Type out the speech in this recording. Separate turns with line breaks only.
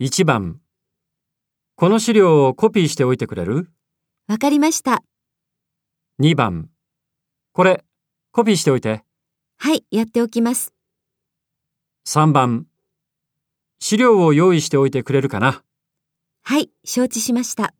1番この資料をコピーしておいてくれる
わかりました。
?2 番これコピーしておいて
はい、やっておきます。
3番資料を用意しておいてくれるかな
はい、承知しました。